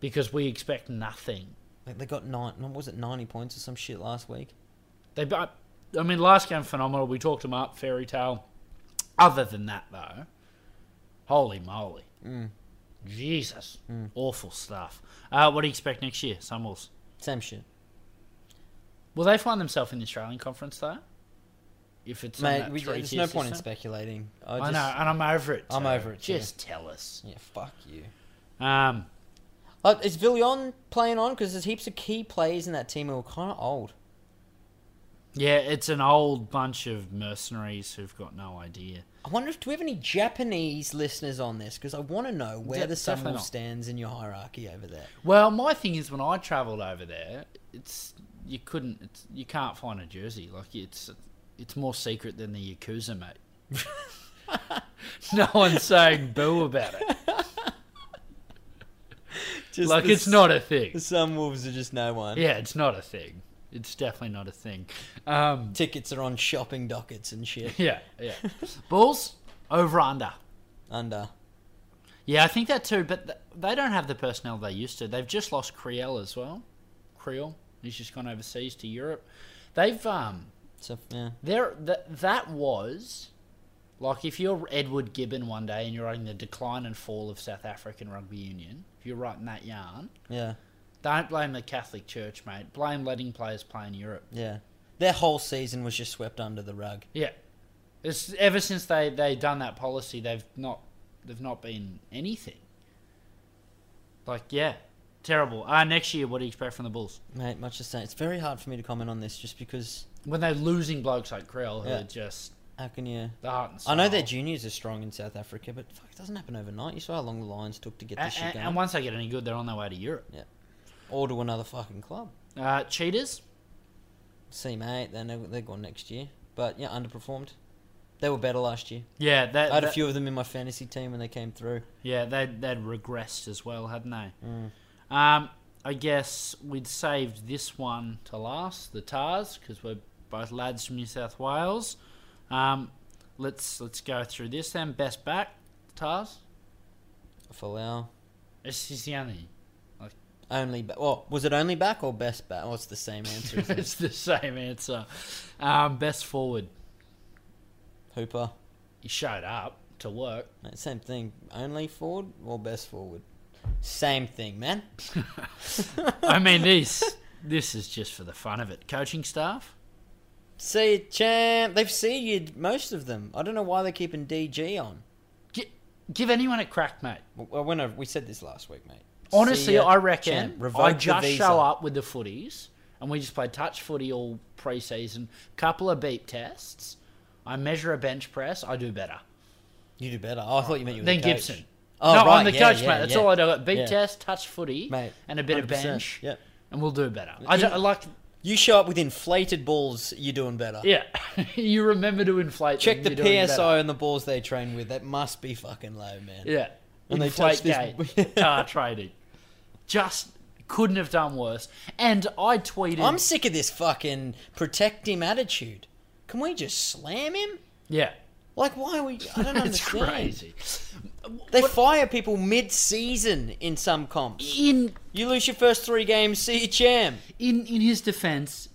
[SPEAKER 1] because we expect nothing.
[SPEAKER 2] Like they got nine. what Was it ninety points or some shit last week?
[SPEAKER 1] They, but I mean, last game phenomenal. We talked them up, fairy tale. Other than that, though, holy moly,
[SPEAKER 2] Mm.
[SPEAKER 1] Jesus, awful stuff. Uh, what do you expect next year, Sunwolves?
[SPEAKER 2] Same shit.
[SPEAKER 1] Will they find themselves in the Australian Conference though? If it's on
[SPEAKER 2] Mate,
[SPEAKER 1] that
[SPEAKER 2] we, there's
[SPEAKER 1] three-tier
[SPEAKER 2] no point in
[SPEAKER 1] system?
[SPEAKER 2] speculating.
[SPEAKER 1] I,
[SPEAKER 2] I, just,
[SPEAKER 1] know, and I'm over it.
[SPEAKER 2] I'm
[SPEAKER 1] too.
[SPEAKER 2] over it too.
[SPEAKER 1] Just tell us.
[SPEAKER 2] Yeah, fuck you.
[SPEAKER 1] Um,
[SPEAKER 2] Uh, is Villion playing on? Because there's heaps of key players in that team who are kind of old.
[SPEAKER 1] yeah, it's an old bunch of mercenaries who've got no idea.
[SPEAKER 2] I wonder if do we have any Japanese listeners on this? Because I want to know where
[SPEAKER 1] De-
[SPEAKER 2] the
[SPEAKER 1] definitely
[SPEAKER 2] Sunwolf
[SPEAKER 1] not.
[SPEAKER 2] stands in your hierarchy over there.
[SPEAKER 1] Well, my thing is when I travelled over there, it's you couldn't, it's, you can't find a jersey. Like it's, it's more secret than the yakuza, mate. no one's saying boo about it.
[SPEAKER 2] Just
[SPEAKER 1] Like it's not a thing.
[SPEAKER 2] The Sunwolves are just no one.
[SPEAKER 1] Yeah, it's not a thing. It's definitely not a thing. Um,
[SPEAKER 2] Tickets are on shopping dockets and shit.
[SPEAKER 1] yeah, yeah. Bulls over under.
[SPEAKER 2] Under.
[SPEAKER 1] Yeah, I think that too. But th- they don't have the personnel they used to. They've just lost Creel as well. Creel, he's just gone overseas to Europe. They've um,
[SPEAKER 2] So yeah.
[SPEAKER 1] There, that that was like if you're Edward Gibbon one day and you're writing the decline and fall of South African rugby union, if you're writing that yarn,
[SPEAKER 2] Yeah.
[SPEAKER 1] don't blame the Catholic Church, mate. Blame letting players play in Europe.
[SPEAKER 2] Yeah. Their whole season was just swept under the rug.
[SPEAKER 1] Yeah, it's ever since they they done that policy, they've not they've not been anything. Like yeah, terrible. Uh, next year, what do you expect from the Bulls
[SPEAKER 2] Mate, much the same. It's very hard for me to comment on this just because
[SPEAKER 1] when they're losing blokes like Krell, who
[SPEAKER 2] Yeah.
[SPEAKER 1] are just
[SPEAKER 2] how can you
[SPEAKER 1] the heart and soul?
[SPEAKER 2] I know their juniors are strong in South Africa, but fuck, it doesn't happen overnight. You saw how long the Lions took to get
[SPEAKER 1] and,
[SPEAKER 2] this shit
[SPEAKER 1] and,
[SPEAKER 2] going.
[SPEAKER 1] and once they get any good, they're on their way to Europe.
[SPEAKER 2] or to another fucking club.
[SPEAKER 1] Uh, cheaters.
[SPEAKER 2] See, mate, they're, no- they're gone next year. But yeah, underperformed. They were better last year.
[SPEAKER 1] Yeah, that,
[SPEAKER 2] I had a
[SPEAKER 1] Uh, that-
[SPEAKER 2] few of them in my fantasy team when they came through.
[SPEAKER 1] yeah, they'd, they'd regressed as well, hadn't they? Um, I guess we'd saved this one to last, the Tars, because we're both lads from New South Wales. Um, let's let's go through this then. Best back, Tars.
[SPEAKER 2] Falau.
[SPEAKER 1] This is the only.
[SPEAKER 2] Only ba- well, was it only back or best back? Oh, it's the same answer. Isn't it?
[SPEAKER 1] it's the same answer. Um, best forward.
[SPEAKER 2] Hooper.
[SPEAKER 1] He showed up to work.
[SPEAKER 2] Mate, same thing. Only forward or best forward? Same thing, man.
[SPEAKER 1] I mean, this this is just for the fun of it. Coaching staff.
[SPEAKER 2] See you, champ. They've seeded most of them. I don't know why they're keeping DG on.
[SPEAKER 1] Gi- give anyone a crack, mate.
[SPEAKER 2] Well, when I, we said this last week, mate. See
[SPEAKER 1] Honestly,
[SPEAKER 2] ya,
[SPEAKER 1] I reckon
[SPEAKER 2] champ. Revoke
[SPEAKER 1] I
[SPEAKER 2] the
[SPEAKER 1] just
[SPEAKER 2] visa.
[SPEAKER 1] show up with the footies and we just play touch footy all preseason. Couple of beep tests. I measure a bench press. I do better
[SPEAKER 2] You do better. Oh, I thought you meant you were
[SPEAKER 1] than
[SPEAKER 2] the coach.
[SPEAKER 1] Gibson.
[SPEAKER 2] Oh,
[SPEAKER 1] no,
[SPEAKER 2] right.
[SPEAKER 1] I'm the
[SPEAKER 2] yeah,
[SPEAKER 1] coach,
[SPEAKER 2] yeah,
[SPEAKER 1] mate. That's
[SPEAKER 2] yeah.
[SPEAKER 1] all I do. Beep
[SPEAKER 2] Yeah.
[SPEAKER 1] test, touch footy,
[SPEAKER 2] Mate,
[SPEAKER 1] and a bit of
[SPEAKER 2] 100%.
[SPEAKER 1] bench,
[SPEAKER 2] Yep.
[SPEAKER 1] and we'll do better. I don't,
[SPEAKER 2] In-
[SPEAKER 1] like,
[SPEAKER 2] You show up with inflated balls, you're doing better.
[SPEAKER 1] yeah. you remember to inflate.
[SPEAKER 2] Check
[SPEAKER 1] them,
[SPEAKER 2] the
[SPEAKER 1] you're doing
[SPEAKER 2] PSI and the balls they train with. That must be fucking low, man.
[SPEAKER 1] better. Yeah,
[SPEAKER 2] When they
[SPEAKER 1] inflate
[SPEAKER 2] touch
[SPEAKER 1] gate
[SPEAKER 2] this-
[SPEAKER 1] tar trading. Just couldn't have done worse. And I tweeted.
[SPEAKER 2] I'm sick of this fucking protect him attitude. Can we just slam him?
[SPEAKER 1] yeah,
[SPEAKER 2] Like, why are we? I don't understand.
[SPEAKER 1] it's crazy.
[SPEAKER 2] They fire people mid-season in some comps.
[SPEAKER 1] In
[SPEAKER 2] You lose your first three games, see you, champ.
[SPEAKER 1] in in his defense,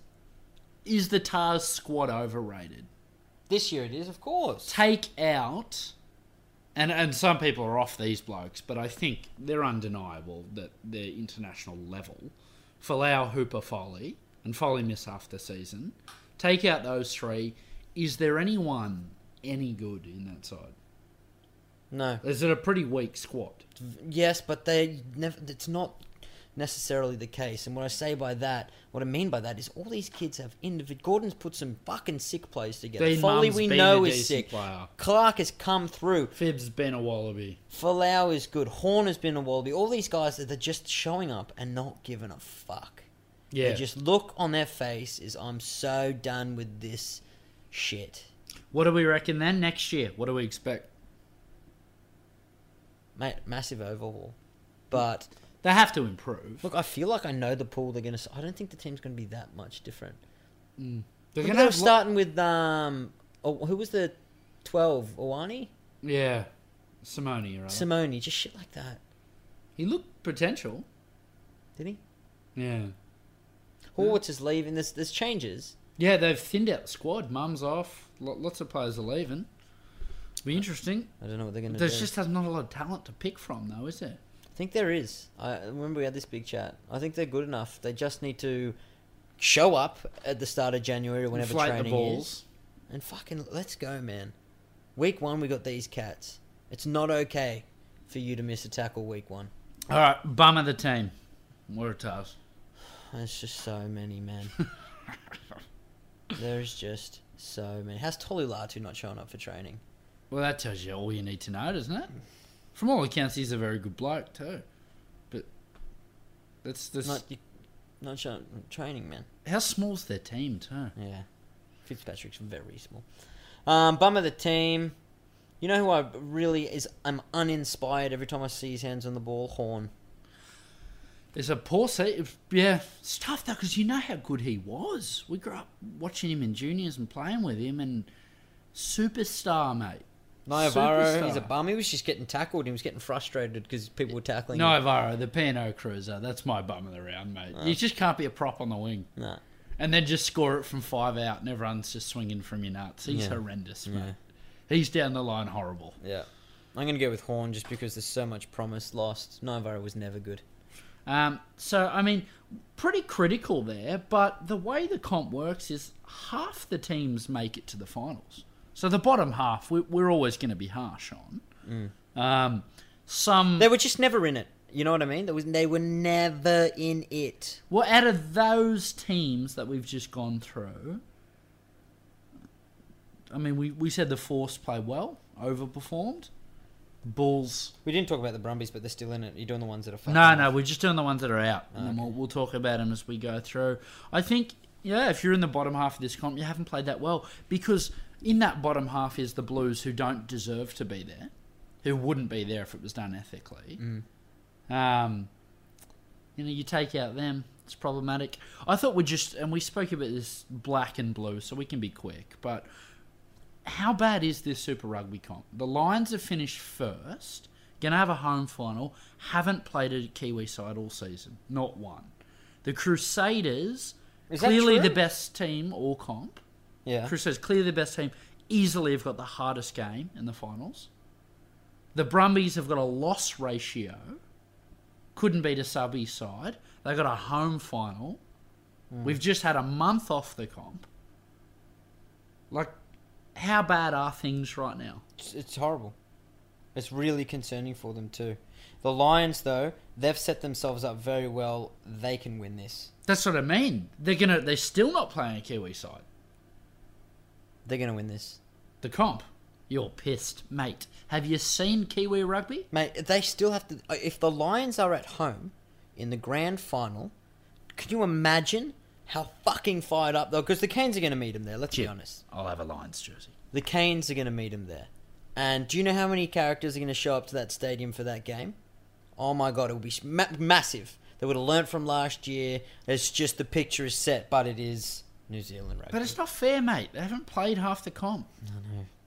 [SPEAKER 1] is the Tars squad overrated?
[SPEAKER 2] This year it is, of course.
[SPEAKER 1] Take out, and and some people are off these blokes, but I think they're undeniable that they're international level. Falau, Hooper, Foley, and Foley miss half the season. Take out those three. Is there anyone any good in that side?
[SPEAKER 2] No.
[SPEAKER 1] Is it a pretty weak squad?
[SPEAKER 2] Yes, but they never. It's not necessarily the case. And what I say by that, what I mean by that, is all these kids have individual. Gordon's put some fucking sick plays together.
[SPEAKER 1] Dean
[SPEAKER 2] Foley,
[SPEAKER 1] Munn's
[SPEAKER 2] we
[SPEAKER 1] been
[SPEAKER 2] know
[SPEAKER 1] a
[SPEAKER 2] is
[SPEAKER 1] decent
[SPEAKER 2] sick.
[SPEAKER 1] player.
[SPEAKER 2] Clark has come through.
[SPEAKER 1] Fib's been a wallaby.
[SPEAKER 2] Falau is good. Horn has been a wallaby. All these guys that are just showing up and not giving a fuck.
[SPEAKER 1] Yeah.
[SPEAKER 2] They just look on their face is I'm so done with this shit.
[SPEAKER 1] What do we reckon then next year? What do we expect?
[SPEAKER 2] Ma- massive overhaul. But
[SPEAKER 1] They have to improve.
[SPEAKER 2] look, I feel like I know the pool they're going to. I don't think the team's going to be that much different.
[SPEAKER 1] They're
[SPEAKER 2] Look
[SPEAKER 1] going
[SPEAKER 2] at
[SPEAKER 1] to
[SPEAKER 2] them
[SPEAKER 1] have start.
[SPEAKER 2] starting with um, oh, who was the twelve? Owani,
[SPEAKER 1] yeah, Simone. Right?
[SPEAKER 2] Simone, just shit like that.
[SPEAKER 1] he looked potential.
[SPEAKER 2] Did he?
[SPEAKER 1] Yeah.
[SPEAKER 2] Horwitz is leaving. There's there's changes.
[SPEAKER 1] Yeah, they've thinned out the squad. Mum's off. Lo- Lots of players are leaving. Be interesting.
[SPEAKER 2] I don't know what they're going to do.
[SPEAKER 1] There's just not a lot of talent to pick from, though, is there?
[SPEAKER 2] I think there is. I remember we had this big chat. I think they're good enough. They just need to show up at the start of January, whenever
[SPEAKER 1] Inflate
[SPEAKER 2] training
[SPEAKER 1] the balls.
[SPEAKER 2] is, and fucking let's go, man. Week one, we got these cats. It's not okay for you to miss a tackle week one.
[SPEAKER 1] All right, bum of the team. Waratahs.
[SPEAKER 2] There's just so many, man. There's just so many. How's Tolly Latu not showing up for training?
[SPEAKER 1] Well, that tells you all you need to know, doesn't it? From all accounts, he's a very good bloke too. But that's that's
[SPEAKER 2] Not you, not showing training, man.
[SPEAKER 1] how small's their team too.
[SPEAKER 2] Yeah. Fitzpatrick's very small. Um, bum of the team. You know who I really is I'm uninspired every time I see his hands on the ball? Horn.
[SPEAKER 1] It's a poor seat. Yeah, it's tough though because you know how good he was. We grew up watching him in juniors and playing with him, and superstar mate.
[SPEAKER 2] Naivaro, he's a
[SPEAKER 1] Superstar.
[SPEAKER 2] bum. He was just getting tackled. He was getting frustrated because people were tackling
[SPEAKER 1] No,
[SPEAKER 2] him.
[SPEAKER 1] Naivaro, the P&O cruiser. That's my bum of the round, mate. You just can't be a prop on the wing.
[SPEAKER 2] No.
[SPEAKER 1] And then just score it from five out, and everyone's just swinging from your nuts. He's
[SPEAKER 2] Yeah.
[SPEAKER 1] horrendous, mate.
[SPEAKER 2] Yeah.
[SPEAKER 1] He's down the line horrible.
[SPEAKER 2] Yeah. I'm going to go with Horn just because there's so much promise lost. Naivaro was never good.
[SPEAKER 1] Um, so, I mean, pretty critical there, but the way the comp works is half the teams make it to the finals. So the bottom half, we, we're always going to be harsh on. Um, some,
[SPEAKER 2] They were just never in it. You know what I mean? There was, they were never in it.
[SPEAKER 1] well, out of those teams that we've just gone through, I mean, we, we said the Force play well, overperformed. Bulls.
[SPEAKER 2] We didn't talk about the Brumbies, but they're still in it. You're doing the ones that are fucking
[SPEAKER 1] No,
[SPEAKER 2] off.
[SPEAKER 1] no, we're just doing the ones that are out, and then we'll, we'll talk about them as we go through. I think, yeah, if you're in the bottom half of this comp, you haven't played that well because in that bottom half is the Blues who don't deserve to be there, who wouldn't be there if it was done ethically. Um, you know, you take out them, it's problematic. I thought we just, and we spoke about this black and blue, so we can be quick, but how bad is this Super Rugby comp? The Lions have finished first, going to have a home final, haven't played a Kiwi side all season, not one. The Crusaders,
[SPEAKER 2] Is that
[SPEAKER 1] clearly
[SPEAKER 2] true?
[SPEAKER 1] the best team all comp.
[SPEAKER 2] Yeah.
[SPEAKER 1] Crusaders, clearly the best team, easily have got the hardest game in the finals. The Brumbies have got a loss ratio, couldn't beat a subby side. They got a home final. We've just had a month off the comp. Like, how bad are things right now?
[SPEAKER 2] It's, it's horrible. It's really concerning for them too. The Lions, though, they've set themselves up very well. They can win this.
[SPEAKER 1] That's what I mean. They're gonna. They're still not playing a Kiwi side.
[SPEAKER 2] They're going to win this,
[SPEAKER 1] The comp. You're pissed, mate. Have you seen Kiwi rugby?
[SPEAKER 2] mate. They still have to. uh, If the Lions are at home in the grand final, can you imagine how fucking fired up though? Because the Canes are going to meet them there. Let's be
[SPEAKER 1] Yeah.
[SPEAKER 2] honest.
[SPEAKER 1] I'll have a Lions jersey.
[SPEAKER 2] The Canes are going to meet him there. And do you know how many characters are going to show up to that stadium for that game? Oh my god, it will be s- ma- massive. They would have learnt from last year. It's just the picture is set, but it is New Zealand rugby.
[SPEAKER 1] But it's not fair, mate. They haven't played half the comp.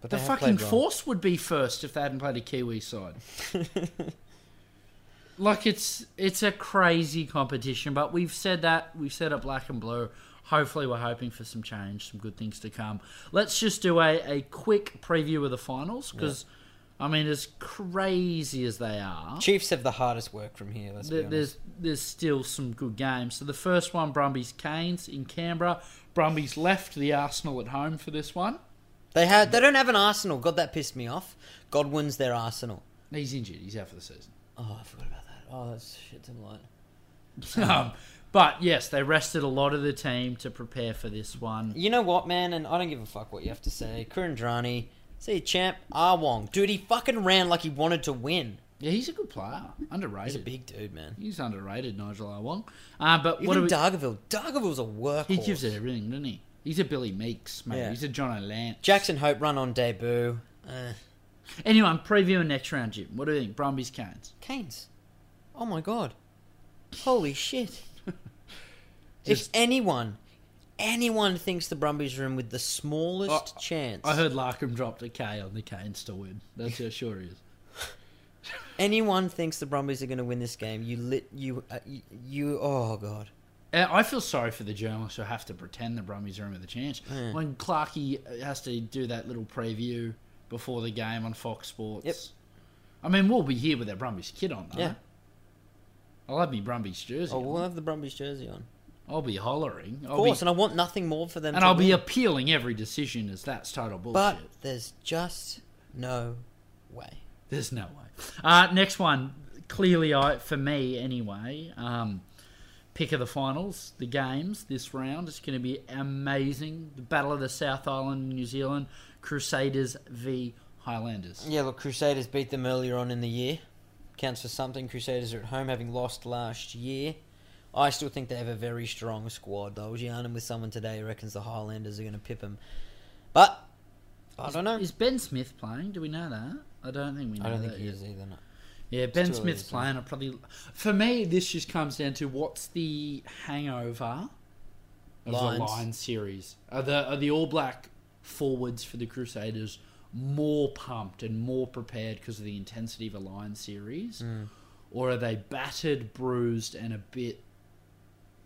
[SPEAKER 2] But
[SPEAKER 1] The
[SPEAKER 2] they have
[SPEAKER 1] fucking
[SPEAKER 2] played well.
[SPEAKER 1] force would be first if they hadn't played a Kiwi side. like it's it's a crazy competition, but we've said that we've said it black and blue. Hopefully, we're hoping for some change, some good things to come. Let's just do a, a quick preview of the finals because, I mean, as crazy as they are,
[SPEAKER 2] Chiefs have the hardest work from here. Let's
[SPEAKER 1] there-
[SPEAKER 2] be honest.
[SPEAKER 1] there's there's still some good games. So the first one, Brumbies Canes in Canberra. Brumbies left the Arsenal at home for this one.
[SPEAKER 2] They had. They don't have an Arsenal. God, that pissed me off. Godwin's their Arsenal.
[SPEAKER 1] He's injured. He's out for the season.
[SPEAKER 2] Oh, I forgot about that. Oh, that's shit's in light.
[SPEAKER 1] Um, but yes, they rested a lot of the team to prepare for this one.
[SPEAKER 2] You know what, man? And I don't give a fuck what you have to say. Kurandrani, see you, champ. Ah, Wong, dude, he fucking ran like he wanted to win.
[SPEAKER 1] Yeah, he's a good player, underrated.
[SPEAKER 2] He's
[SPEAKER 1] He's,
[SPEAKER 2] a big dude, man.
[SPEAKER 1] underrated, Nigel Awong. Uh, but what do
[SPEAKER 2] Even
[SPEAKER 1] we,
[SPEAKER 2] Dargaville. Dargaville's a workhorse.
[SPEAKER 1] he gives it everything, doesn't he? He's a Billy Meeks, mate.
[SPEAKER 2] Yeah.
[SPEAKER 1] He's a John O'Lance.
[SPEAKER 2] Jackson Hope run on debut. Eh,
[SPEAKER 1] Anyway, I'm previewing next round, Jim. What do you think? Brumbies, Canes.
[SPEAKER 2] Canes. Oh my god. Holy shit. if
[SPEAKER 1] Just-
[SPEAKER 2] anyone, anyone thinks the Brumbies are in with the smallest chance,
[SPEAKER 1] Oh, I heard Larkham dropped a K on the Canes to win. That's how sure he is.
[SPEAKER 2] anyone thinks the Brumbies are going to win this game, you lit you uh, you, you oh god.
[SPEAKER 1] And Uh, I feel sorry for the journalists who have to pretend the Brumbies are in with a chance.
[SPEAKER 2] Mm.
[SPEAKER 1] When Clarkey has to do that little preview before the game on Fox Sports.
[SPEAKER 2] Yep.
[SPEAKER 1] I mean, we'll be here with our Brumbies kid on, though.
[SPEAKER 2] Yeah.
[SPEAKER 1] I'll have me Brumbies jersey.
[SPEAKER 2] Oh,
[SPEAKER 1] on.
[SPEAKER 2] we'll have the Brumbies jersey on.
[SPEAKER 1] I'll be hollering.
[SPEAKER 2] Of
[SPEAKER 1] I'll
[SPEAKER 2] course,
[SPEAKER 1] be,
[SPEAKER 2] and I want nothing more for them
[SPEAKER 1] and
[SPEAKER 2] to
[SPEAKER 1] I'll be
[SPEAKER 2] win.
[SPEAKER 1] appealing every decision as that's total bullshit.
[SPEAKER 2] But there's just no way.
[SPEAKER 1] There's no way. Uh, next one, clearly, I for me anyway. Um, pick of the finals, the games this round. It's going to be amazing. The Battle of the South Island, New Zealand, Crusaders v Highlanders.
[SPEAKER 2] Yeah, look, Crusaders beat them earlier on in the year. Counts for something. Crusaders are at home, having lost last year. I still think they have a very strong squad. though. I was yarning with someone today who reckons the Highlanders are going to pip them. But, I don't know.
[SPEAKER 1] Is Ben Smith playing? Do we know that? I don't think we know
[SPEAKER 2] I don't
[SPEAKER 1] that
[SPEAKER 2] think he
[SPEAKER 1] yet.
[SPEAKER 2] is either. No.
[SPEAKER 1] Yeah, Ben
[SPEAKER 2] too early
[SPEAKER 1] Smith's
[SPEAKER 2] to say.
[SPEAKER 1] playing. I probably for me this just comes down to what's the hangover of
[SPEAKER 2] Lions.
[SPEAKER 1] the Lions series. Are the are the All Black forwards for the Crusaders more pumped and more prepared because of the intensity of a Lions series, or are they battered, bruised, and a bit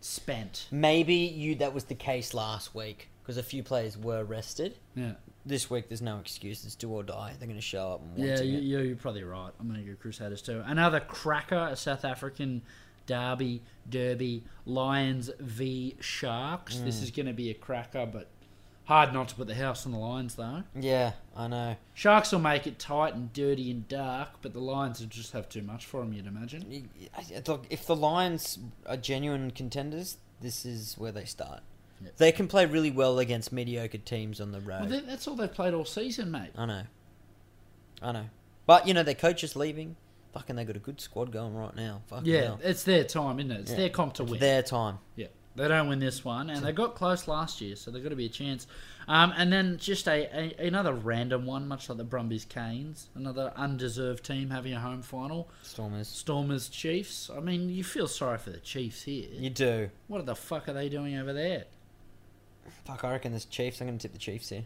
[SPEAKER 1] spent?
[SPEAKER 2] Maybe you that was the case last week because a few players were rested.
[SPEAKER 1] Yeah,
[SPEAKER 2] This week, there's no excuse. It's do or die. They're going to show up and want
[SPEAKER 1] yeah,
[SPEAKER 2] to.
[SPEAKER 1] you,
[SPEAKER 2] get-
[SPEAKER 1] you're, you're probably right. I'm going to go Crusaders too. Another cracker, a South African derby, derby, Lions v Sharks.
[SPEAKER 2] Mm.
[SPEAKER 1] This is going to be a cracker, but hard not to put the house on the Lions though.
[SPEAKER 2] yeah, I know.
[SPEAKER 1] Sharks will make it tight and dirty and dark, but the Lions will just have too much for them, you'd imagine.
[SPEAKER 2] Y- y- I- Look, if the Lions are genuine contenders, this is where they start.
[SPEAKER 1] Yep.
[SPEAKER 2] They can play really well against mediocre teams on the road.
[SPEAKER 1] Well, that- that's all they've played all season, mate.
[SPEAKER 2] I know. I know. But, you know, their coach is leaving. Fucking, they got a good squad going right now. Fucking
[SPEAKER 1] Yeah,
[SPEAKER 2] hell.
[SPEAKER 1] it's their time, isn't it? It's
[SPEAKER 2] Yeah.
[SPEAKER 1] their comp to
[SPEAKER 2] It's
[SPEAKER 1] win.
[SPEAKER 2] their time.
[SPEAKER 1] Yeah, they don't win this one, and they got close last year, so they've got to be a chance. Um, and then just a, a another random one, much like the Brumbies Canes, another undeserved team having a home final.
[SPEAKER 2] Stormers.
[SPEAKER 1] Stormers Chiefs. I mean, you feel sorry for the Chiefs here.
[SPEAKER 2] You do.
[SPEAKER 1] What the fuck are they doing over there?
[SPEAKER 2] Fuck, I reckon this Chiefs. I'm going to tip the Chiefs here.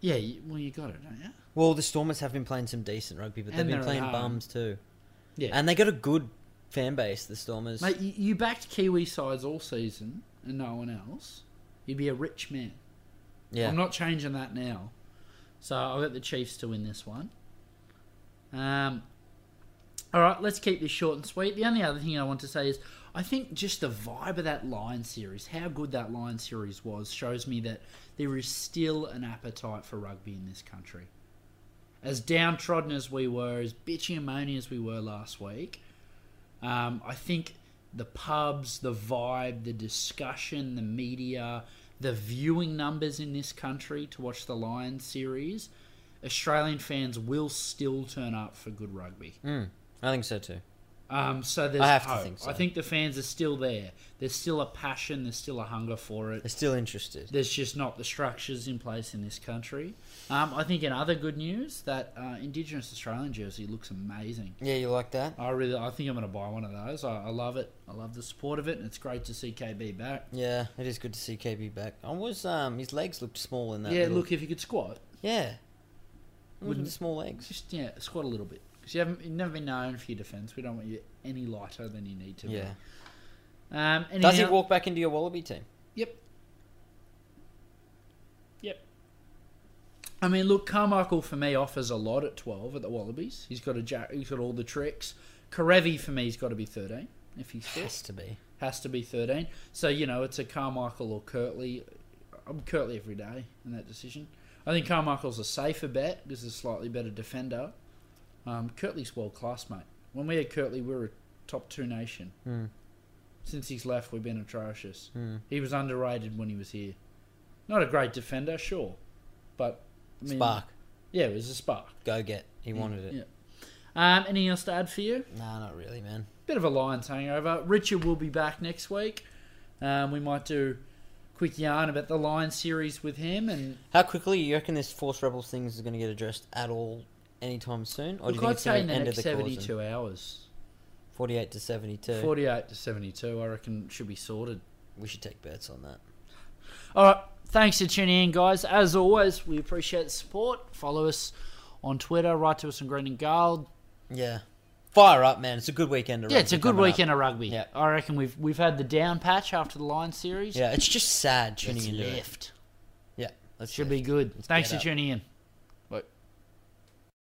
[SPEAKER 1] Yeah, you, well, you got it, don't you?
[SPEAKER 2] Well, the Stormers have been playing some decent rugby, but they've
[SPEAKER 1] And
[SPEAKER 2] been
[SPEAKER 1] they're at
[SPEAKER 2] playing
[SPEAKER 1] home.
[SPEAKER 2] bums too.
[SPEAKER 1] Yeah,
[SPEAKER 2] And they got a good fan base, the Stormers.
[SPEAKER 1] mate, you, you backed Kiwi sides all season and no one else. You'd be a rich man.
[SPEAKER 2] yeah.
[SPEAKER 1] I'm not changing that now. So I've got the Chiefs to win this one. Um, all right, let's keep this short and sweet. The only other thing I want to say is I think just the vibe of that Lion series, how good that Lion series was, shows me that there is still an appetite for rugby in this country. As downtrodden as we were, as bitchy and moany as we were last week, um, I think the pubs, the vibe, the discussion, the media, the viewing numbers in this country to watch the Lions series, Australian fans will still turn up for good rugby.
[SPEAKER 2] Mm, I think so too.
[SPEAKER 1] Um, so there's
[SPEAKER 2] I have to
[SPEAKER 1] hope.
[SPEAKER 2] think so.
[SPEAKER 1] I think the fans are still there. There's still a passion. There's still a hunger for it.
[SPEAKER 2] They're still interested.
[SPEAKER 1] There's just not the structures in place in this country. Um, I think in other good news, that uh, Indigenous Australian jersey looks amazing.
[SPEAKER 2] Yeah, you like that?
[SPEAKER 1] I really, I think I'm going to buy one of those. I, I love it. I love the support of it, and it's great to see KB back.
[SPEAKER 2] Yeah, it is good to see KB back. I was um his legs looked small in that.
[SPEAKER 1] yeah,
[SPEAKER 2] little-
[SPEAKER 1] look, if you could squat,
[SPEAKER 2] Yeah. Wouldn't
[SPEAKER 1] Wouldn't-
[SPEAKER 2] small legs.
[SPEAKER 1] just yeah, squat a little bit because you haven't you've never been known for your defence. We don't want you any lighter than you need to. be.
[SPEAKER 2] Yeah.
[SPEAKER 1] Um,
[SPEAKER 2] Does he
[SPEAKER 1] anyhow-
[SPEAKER 2] walk back into your Wallaby team?
[SPEAKER 1] Yep. Yep. I mean, look, Carmichael for me offers a lot at twelve at the Wallabies. He's got a ja he's got all the tricks. Karevi for me's got to be thirteen if he's fit.
[SPEAKER 2] Has to be.
[SPEAKER 1] Has to be thirteen. So you know, it's a Carmichael or Kirtley. I'm Kirtley every day in that decision. I think Carmichael's a safer bet because he's a slightly better defender. Um, Kirtley's world class, mate. When we had Kirtley, we were a top two nation.
[SPEAKER 2] Mm.
[SPEAKER 1] Since he's left, we've been atrocious.
[SPEAKER 2] Mm.
[SPEAKER 1] He was underrated when he was here. Not a great defender, sure, but I mean,
[SPEAKER 2] Hmm. Spark.
[SPEAKER 1] Yeah, it was a spark.
[SPEAKER 2] Go get. He wanted it.
[SPEAKER 1] Yeah. Um, anything else to add for you?
[SPEAKER 2] Nah, not really, man.
[SPEAKER 1] Bit of a Lions hangover. Richard will be back next week. Um, we might do a quick yarn about the Lions series with him, and
[SPEAKER 2] How quickly you reckon this Force Rebels things is gonna get addressed at all anytime soon? Or Oh, do
[SPEAKER 1] Look,
[SPEAKER 2] you think
[SPEAKER 1] I'd
[SPEAKER 2] it's
[SPEAKER 1] say
[SPEAKER 2] going to
[SPEAKER 1] in
[SPEAKER 2] be
[SPEAKER 1] the
[SPEAKER 2] end of
[SPEAKER 1] next
[SPEAKER 2] the seventy two.
[SPEAKER 1] 72 hours.
[SPEAKER 2] Forty eight to seventy two.
[SPEAKER 1] 48 to 72, I reckon, should be sorted.
[SPEAKER 2] We should take bets on that.
[SPEAKER 1] All right. Thanks for tuning in, guys. As always, we appreciate the support. Follow us on Twitter. Write to us on Green and Gold.
[SPEAKER 2] Yeah. Fire up, man. It's a good weekend. of
[SPEAKER 1] Yeah, it's a
[SPEAKER 2] rugby
[SPEAKER 1] good
[SPEAKER 2] coming up.
[SPEAKER 1] weekend of rugby.
[SPEAKER 2] Yeah.
[SPEAKER 1] I reckon we've we've had the down patch after the Lions series.
[SPEAKER 2] Yeah, it's just sad tuning
[SPEAKER 1] It's
[SPEAKER 2] in.
[SPEAKER 1] left.
[SPEAKER 2] Yeah. That's
[SPEAKER 1] Should be good.
[SPEAKER 2] Let's
[SPEAKER 1] Thanks
[SPEAKER 2] get
[SPEAKER 1] for
[SPEAKER 2] up.
[SPEAKER 1] tuning in.